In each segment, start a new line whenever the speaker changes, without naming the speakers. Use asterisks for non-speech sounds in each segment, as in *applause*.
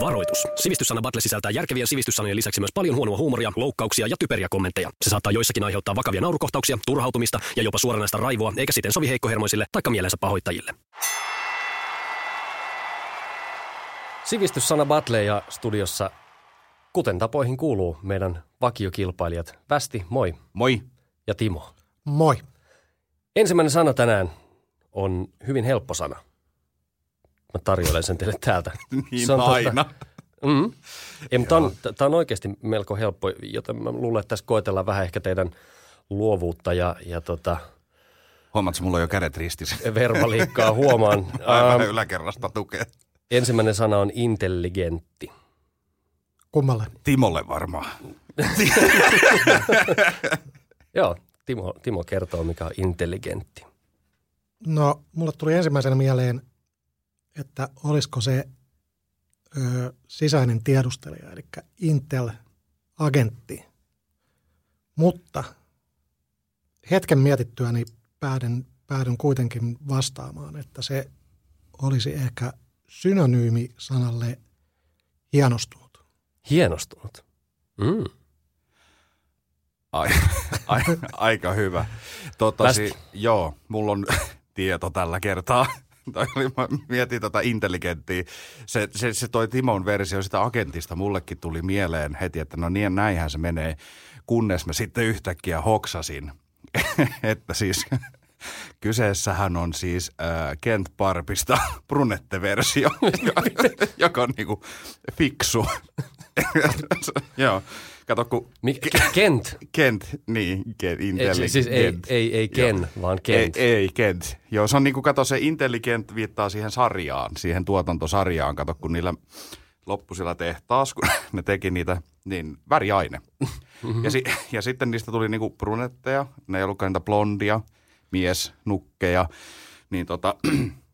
Varoitus. Sivistyssana Battle sisältää järkevien sivistyssanojen lisäksi myös paljon huonoa huumoria, loukkauksia ja typeriä kommentteja. Se saattaa joissakin aiheuttaa vakavia naurukohtauksia, turhautumista ja jopa suoranaista raivoa, eikä siten sovi heikkohermoisille tai mielensä pahoittajille.
Sivistyssana Battle ja studiossa, kuten tapoihin kuuluu, meidän vakiokilpailijat Västi, moi,
Moi.
ja Timo.
Moi.
Ensimmäinen sana tänään on hyvin helppo sana. Mä tarjoilen sen teille täältä.
Niin
Se on totta.
aina.
Mm. Ei, mutta tämä on, tää on oikeasti melko helppo, joten mä luulen, että tässä koetellaan vähän ehkä teidän luovuutta ja, ja tota,
Huomaatko, mulla on jo kädet ristissä.
verbaliikkaa huomaan.
Aivan
Ähm,
yläkerrasta tukea.
ensimmäinen sana on intelligentti.
Kummalle?
Timolle varmaan.
Joo, Timo, Timo kertoo, mikä on intelligentti.
No, mulle tuli ensimmäisenä mieleen, että olisiko se ö, sisäinen tiedustelija, eli Intel-agentti. Mutta hetken mietittyäni päädyn, päädyn kuitenkin vastaamaan, että se olisi ehkä synonyymi sanalle hienostunut.
Hienostunut. Mm.
Ai, *laughs* ai, aika hyvä. Tota,
Västi.
si, joo, mulla on *laughs* tieto tällä kertaa. Toi oli, mä mietin tota intelligenttiä. Se, se, se toi Timon versio sitä agentista mullekin tuli mieleen heti, että no niin, näinhän se menee. Kunnes mä sitten yhtäkkiä hoksasin, *laughs* että siis *laughs* kyseessähän on siis äh, Kent Parpista *laughs* Brunette-versio, *laughs* joka- joka on niinku fiksu. *laughs* joo, kato kun
Mik, Kent.
Kent, niin, Kent,
Ei, siis, siis ei,
intelligent.
ei, ei Ken, Joo. vaan Kent. Ei,
Ei, ei, Kent. Joo, se on niinku, kato, se intelligent viittaa siihen sarjaan, siihen tuotantosarjaan, kato, kun niillä loppusilla tehtaas, kun *laughs* ne teki niitä, niin väriaine.
Mm-hmm.
ja, si- ja sitten niistä tuli niinku brunetteja, ne ei ollutkaan niitä blondia, miesnukkeja, niin tota,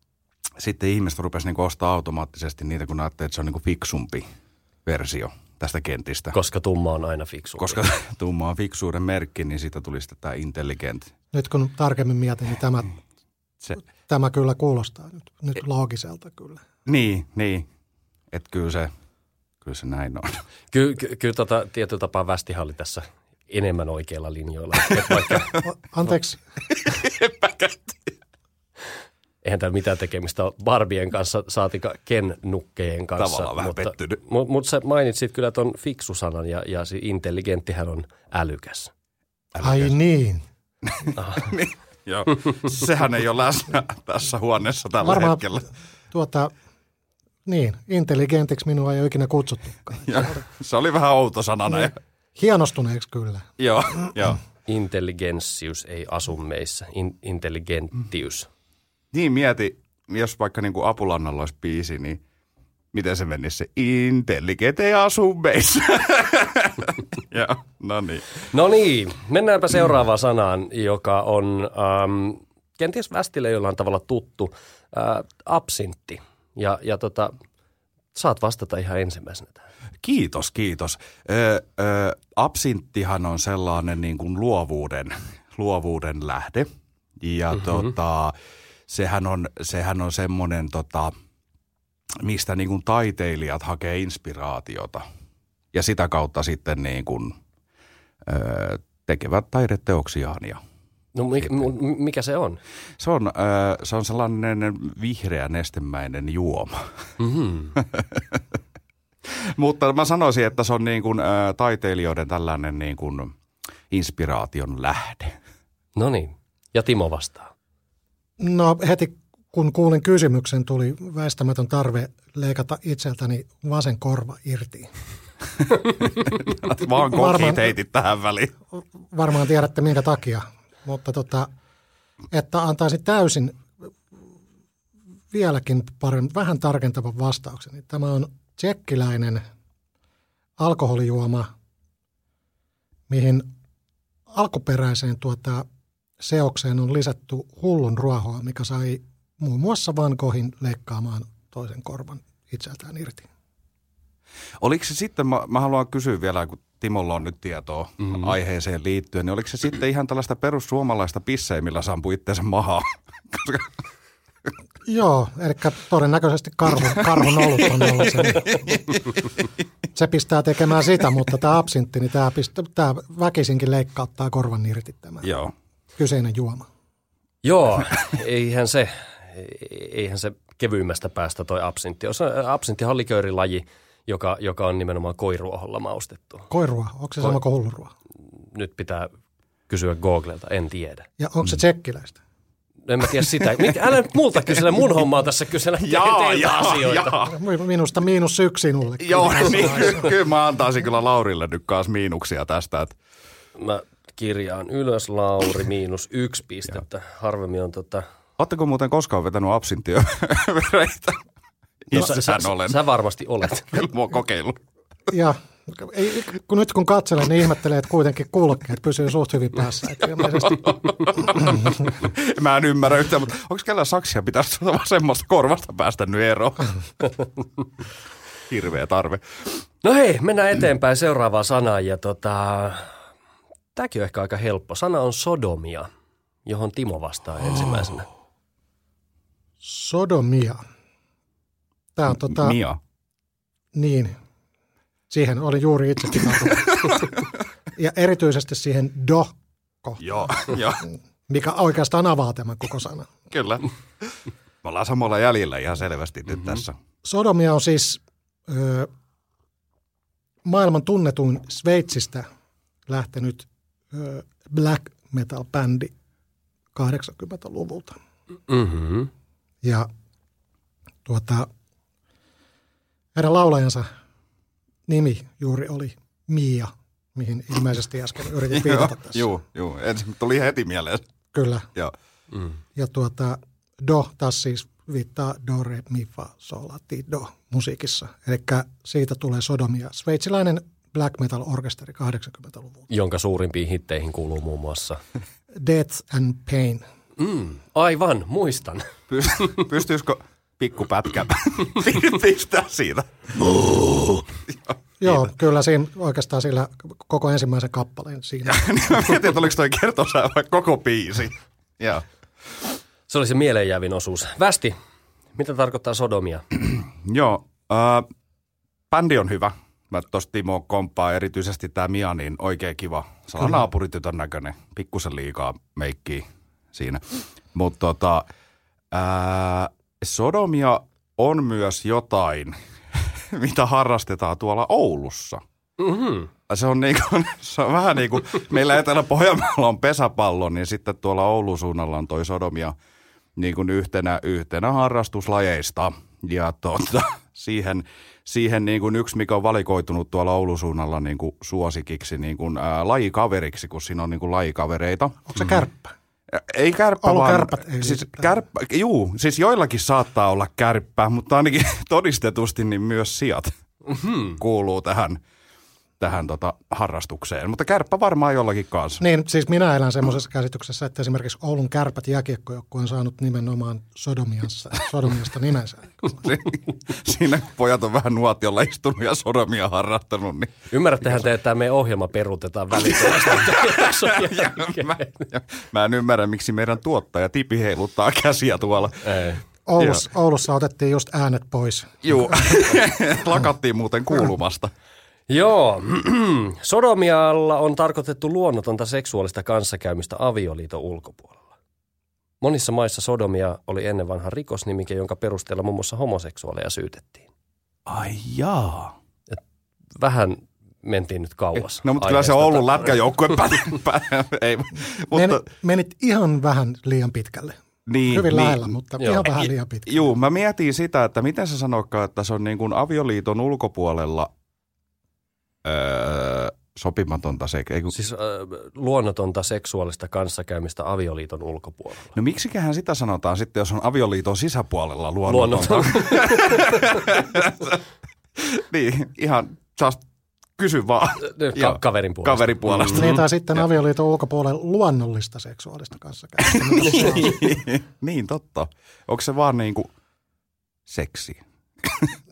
*clears throat* sitten ihmiset rupesi niinku ostaa automaattisesti niitä, kun ne ajattelivat, että se on niinku fiksumpi versio tästä kentistä
Koska tumma on aina fiksu.
koska *laughs* tumma on fiksuuden merkki, niin siitä tuli sitten tämä intelligent.
Nyt kun tarkemmin mietin, niin tämä,
Se,
tämä kyllä kuulostaa nyt, nyt loogiselta kyllä.
niin, niin. Että kyllä se, kyllä se näin on.
Ky, ky, kyllä tota, tietyllä tapaa Västihan oli tässä enemmän oikeilla linjoilla. Et vaikka,
O- Anteeksi,
eihän täällä mitään tekemistä ole Barbien kanssa, saatika Ken-nukkeen kanssa.
Tavallaan vähän pettynyt.
Mutta mut sä mainitsit kyllä ton fiksusanan ja, ja se intelligenttihän on älykäs.
ai niin.
Joo. Sehän ei ole läsnä tässä huoneessa tällä Varmaan. hetkellä.
Varmaan tuota, niin, intelligentiksi minua ei ole ikinä kutsuttukaan.
Ja, se oli vähän outo sanana. Ja,
Hienostuneeksi kyllä.
joo, joo.
Intelligenssius ei asu meissä, In, intelligenttius.
Niin mieti, jos vaikka niinku Apulannalla olisi biisi, niin miten se menisi se intelligent ei asu meissä. *laughs* joo, no niin.
No niin, mennäänpä seuraavaan sanaan, joka on ähm, kenties Västille jollain tavalla tuttu, äh, absintti. Ja, ja tota, saat vastata ihan ensimmäisenä tähän.
Kiitos, kiitos. Ö, ö, absinttihan on sellainen niin kuin luovuuden, luovuuden lähde. Ja mm-hmm. tota, sehän on, sehän on semmoinen, tota, mistä niin kuin taiteilijat hakee inspiraatiota. Ja sitä kautta sitten niin kuin, ö, tekevät taideteoksiaan. Ja
No mi, mu- mikä se on?
se, on, ö, se on sellainen vihreä nestemäinen juoma.
Mm-hmm.
*laughs* Mutta mä sanoisin, että se on niin kuin, ä, taiteilijoiden tällainen niin kuin inspiraation lähde. *laughs*
No niin, ja Timo vastaa.
No heti kun kuulin kysymyksen, tuli väistämätön tarve leikata itseltäni vasen korva irti.
Vaan kokit
Varmaan-
heitit tähän väliin.
Varmaan tiedätte minkä takia, mutta tota, että antaisin täysin vieläkin paremmin, vähän tarkentavan vastauksen. Niin Tämä on tsekkiläinen alkoholijuoma, mihin alkuperäiseen tuota seokseen on lisätty hullun ruohoa, mikä sai muun muassa Van Goghin leikkaamaan toisen korvan itseltään irti.
Oliko se sitten, mä, mä haluan kysyä vielä, kun Timolla on nyt tietoa mm-hmm. aiheeseen liittyen, niin oliko se sitten ihan tällaista perussuomalaista pisseä, millä sampui itseänsä mahaa? Koska
Joo, eli todennäköisesti karhun, karhun ollut on ollut se. niin Se pistää tekemään sitä, mutta tämä absintti, niin tämä, pistä, tämä väkisinkin leikkauttaa korvan irti tämä
Joo.
kyseinen juoma.
*laughs*
Joo, eihän se, eihän se kevyimmästä päästä toi absintti. Jos absintti on liköörilaji, joka, joka on nimenomaan koiruoholla maustettu.
Koirua, onko se sama kuin hullurua?
Nyt pitää kysyä Googlelta, en tiedä.
Ja onko se tsekkiläistä?
En mä tiedä sitä. Mik, älä nyt multa kysellä, mun hommaa tässä kysellä
*laughs* Jaa,
teiltä
jaa,
asioita.
jaa.
Mi- Minusta miinus yksi sinulle.
Joo, niin, ky- kyllä mä antaisin kyllä Laurille nyt kaas miinuksia tästä. Että
Mä kirjaan ylös Lauri miinus yksi pistettä. Harvemmin on tota...
Oletteko muuten koskaan vetänyt absintiovereitä? Itse
sä,
no, olen. No, Sä,
sä varmasti olet.
Kyllä mua kokeillut.
Ja ei, kun nyt kun katselen, niin ihmettelee, että kuitenkin kulkeet pysyy suht hyvin päässä. Että ilmeisesti
Mä en ymmärrä yhtään, mutta onko kellään saksia pitäisi tuota vasemmasta korvasta päästä nyt *laughs* eroon? Hirveä tarve.
No hei, mennään eteenpäin seuraavaan sanaan. Ja tota, tämäkin on ehkä aika helppo. Sana on sodomia, johon Timo vastaa ensimmäisenä.
Sodomia. Tämä on tota,
Mia.
niin, siihen oli juuri itsekin tarttunut. Ja erityisesti siihen do,
Joo, *laughs* joo,
mikä oikeastaan avaa tämän koko sanan.
kyllä. Me ollaan samalla jäljellä ihan selvästi nyt mm-hmm. tässä.
Sodomia on siis ö, maailman tunnetuin Sveitsistä lähtenyt ö, black metal-bändi 80-luvulta.
Mm-hmm.
Ja tuota, heidän laulajansa nimi juuri oli Mia, mihin ilmeisesti äsken yritin viitata tässä.
Joo, joo. Ensin tuli heti mieleen.
Kyllä.
Joo.
Mm.
Ja tuota, do taas siis viittaa do, re, mi, fa, sol, la, ti, do musiikissa. Eli siitä tulee sodomia. Sveitsiläinen black metal orkesteri 80-luvulta.
Jonka suurimpiin hitteihin kuuluu muun muassa.
Death and Pain.
Mm. Aivan, muistan.
Py- *laughs* pystyisikö pikku pätkä *laughs* pistää siitä? *laughs*
Joo, kyllä siinä oikeastaan sillä koko ensimmäisen kappaleen siinä.
Niin Mä mietin, että oliko toi kertosää vai koko biisi. Joo.
Se oli se mieleenjäävin osuus. Västi, mitä tarkoittaa sodomia?
Joo, äh, bändi on hyvä. Mä tosta Timo komppaa erityisesti tää Mia, niin oikein kiva. Se on naapuritytön näköinen, pikkusen liikaa meikkiä siinä. Mutta tota, äh, sodomia on myös jotain, *laughs* mitä harrastetaan tuolla Oulussa.
Mm-hmm.
Se on, niinku, *laughs* se on vähän niin kuin, meillä Etelä-Pohjanmaalla on pesäpallo, niin sitten tuolla Oulun suunnalla on toi sodomia niin kuin yhtenä, yhtenä harrastuslajeista. Ja tuota, siihen, siihen niin kuin yksi, mikä on valikoitunut tuolla Oulun suunnalla niin kuin suosikiksi, niin kuin, ää, lajikaveriksi, kun siinä on niin kuin lajikavereita.
Onko se kärppä?
Ei kärppä,
Ollut
vaan,
kärpät, ei
siis,
mitään.
kärppä, juu, siis joillakin saattaa olla kärppä, mutta ainakin *laughs* todistetusti niin myös sijat mm-hmm. kuuluu tähän, tähän tota, harrastukseen. Mutta kärppä varmaan jollakin *laughs* kanssa.
Niin, siis minä elän semmoisessa käsityksessä, että esimerkiksi Oulun kärpät jääkiekkojoukkue on saanut nimenomaan Sodomiassa, Sodomiasta nimensä.
Siinä kun pojat on vähän nuotiolla istunut ja sodomia harrastanut, *laughs* niin
Ymmärrättehän te, että tämä meidän ohjelma peruutetaan välittömästi.
*laughs* mä, mä en ymmärrä, miksi meidän tuottaja Tipi heiluttaa *laughs* käsiä tuolla.
Ei.
Oulussa, Oulussa otettiin just äänet pois.
*laughs* Juu, lakattiin muuten kuulumasta.
Joo, *clears throat* sodomialla on tarkoitettu luonnotonta seksuaalista kanssakäymistä avioliiton ulkopuolella. Monissa maissa sodomia oli ennen vanha rikosnimike, jonka perusteella muun muassa homoseksuaaleja syytettiin.
Ai jaa.
Vähän mentiin nyt kauas.
No mutta kyllä se
aiheesta.
Oulun lätkäjoukkue päti, päti, ei,
Mutta,
mutta,
menit ihan vähän liian pitkälle.
niin,
Hyvin
niin,
lähellä, mutta
Joo.
ihan vähän liian pitkälle.
Juu, mä mietin sitä, että miten sä sanoitkaan, että se on niin kuin avioliiton ulkopuolella öö, sopimatonta se. Ei kun,
Siis äh, luonnotonta seksuaalista kanssakäymistä avioliiton ulkopuolella.
no miksiköhän sitä sanotaan sitten, jos on avioliiton sisäpuolella luonnotonta?
Luonnoton.
*laughs* niin, ihan just kysy vaan Joo.
Äh, Ka- kaverin puolesta.
kaverin puolesta.
Niin, tai sitten avioliiton ulkopuolella luonnollista seksuaalista
*laughs*
kanssakäymistä.
niin, totta. Onko se vaan niin kuin seksi?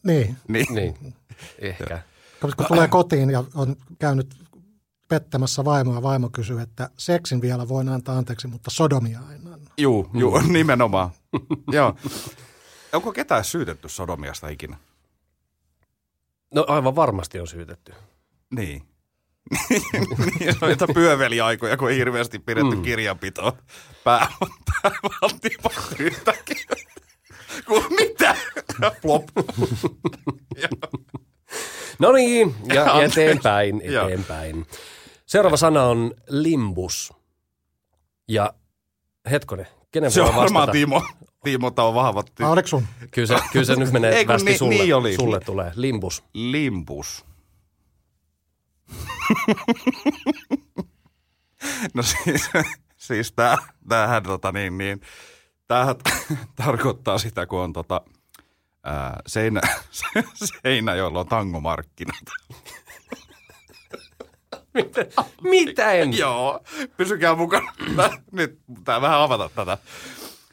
niin,
Niin. *laughs*
Niin, ehkä.
kun kun tulee kotiin ja on käynyt pettämässä vaimoa. Vaimo kysyy, että seksin vielä voin antaa anteeksi, mutta sodomia en anna.
Juu, juu, *laughs* nimenomaan. Joo. Onko ketään syytetty sodomiasta ikinä?
No aivan varmasti on syytetty.
*laughs* Niin. niin, noita pyöveliaikoja, kun ei hirveästi pidetty mm. kirjanpitoa. Pää on päävaltiopaksi yhtäkkiä. Kun mitä? Plop.
No niin, ja
*laughs* Anteeksi.
eteenpäin,
Joo.
eteenpäin. Seuraava sana on limbus. Ja hetkonen, kenen
Se on
voi
varmaan
vastata?
Timo. Timo, tämä on vahva ty-
Vai oliko Ah, sun?
Kyllä se, kyllä se nyt menee
Ei, kun
västi
niin-
sulle,
niin oli.
sulle tulee. Limbus.
limpus. *laughs* no siis, siis tää, tämähän, tota niin, niin, tämähän tarkoittaa sitä, kun on tota, ää, seinä, *laughs* seinä, jolla on tangomarkkinat.
Mitä en?
Joo, pysykää mukana. Nyt pitää vähän avata tätä.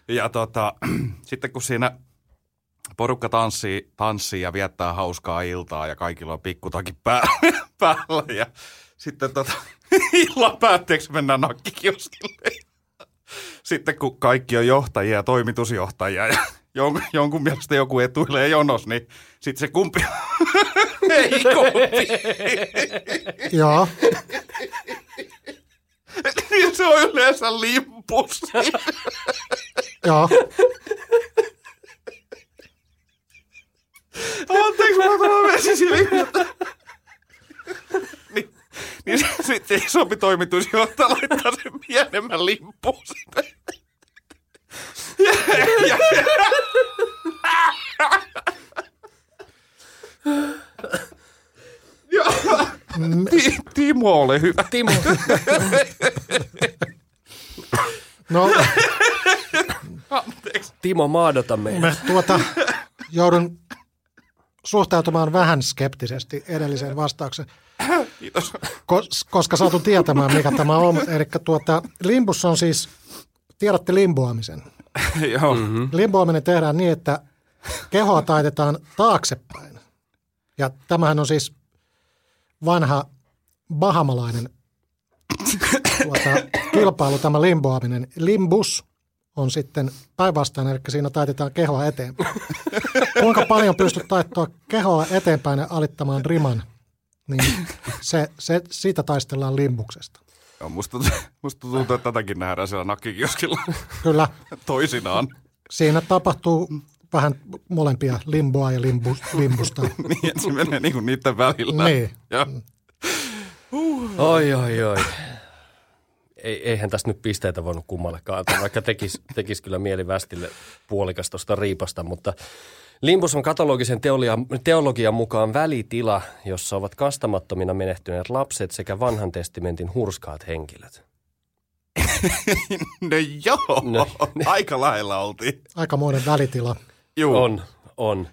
Ja tota, *clears throat* sitten kun siinä porukka tanssii, tanssii ja viettää hauskaa iltaa ja kaikilla on pikkutakin päällä, *laughs* päällä ja sitten tota, *laughs* illan päätteeksi mennään nakkikioskille. Sitten kun kaikki on johtajia ja toimitusjohtajia ja *laughs* jonkun, jonkun mielestä joku etuilee jonos, niin sitten se kumpi *laughs* ei kumpi.
Joo.
*laughs* Niin se on yleensä limpus.
Joo.
Anteeksi, mä tuon vesi silmiltä. niin, niin se- sitten isompi toimitusjohtaja laittaa sen pienemmän limppuun sitä. Ja, ja, ja. Ti- Timo, ole hyvä.
Timo.
*laughs*
No,
Anteeksi.
Timo, maadota meitä.
mä tuota, joudun suhtautumaan vähän skeptisesti edelliseen vastaukseen.
Kiitos.
Kos- koska saatu tietämään, mikä tämä on. Eli tuota, limbus on siis, tiedätte limboamisen.
Joo. Mm-hmm.
Limboaminen tehdään niin, että kehoa taitetaan taaksepäin. Ja tämähän on siis vanha bahamalainen tuota, kilpailu, tämä limboaminen. Limbus on sitten päinvastainen, eli siinä taitetaan kehoa eteenpäin. Kuinka paljon pystyt taittoa kehoa eteenpäin ja alittamaan riman, niin se, se, siitä taistellaan limbuksesta.
Joo, musta, tunt- musta tuntuu, että tätäkin nähdään siellä nakkikioskilla
Kyllä
toisinaan.
siinä tapahtuu vähän molempia limboa ja limbu, limbusta.
Niin, että se menee niinku niiden välillä.
Niin.
Joo.
Oi, oi, oi. Ei, eihän tästä nyt pisteitä voinut kummallekaan antaa, vaikka tekisi tekis kyllä mieli Västille puolikas tuosta riipasta, mutta Limbus on katologisen teolian, teologian mukaan välitila, jossa ovat kastamattomina menehtyneet lapset sekä vanhan testamentin hurskaat henkilöt.
No joo,
No.
no. aika lailla oltiin.
Aikamoinen välitila.
Juu.
On, on.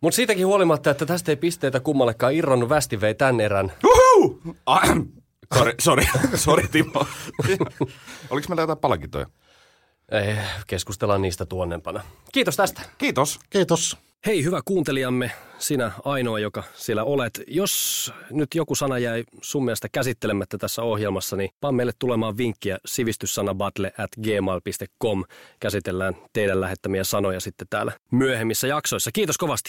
Mutta siitäkin huolimatta, että tästä ei pisteitä kummallekaan irronnut, Västi vei tämän erän.
Uhu! Ahem. Sori, *laughs* sori, sori Timo. Oliko meillä jotain palkintoja?
Ei, Eh, keskustellaan niistä tuonnempana. Kiitos tästä.
Kiitos.
Kiitos.
Hei hyvä kuuntelijamme, sinä ainoa, joka siellä olet. Jos nyt joku sana jäi sun mielestä käsittelemättä tässä ohjelmassa, niin vaan meille tulemaan vinkkiä sivistyssanabattle at gmail.com. Käsitellään teidän lähettämiä sanoja sitten täällä myöhemmissä jaksoissa. Kiitos kovasti.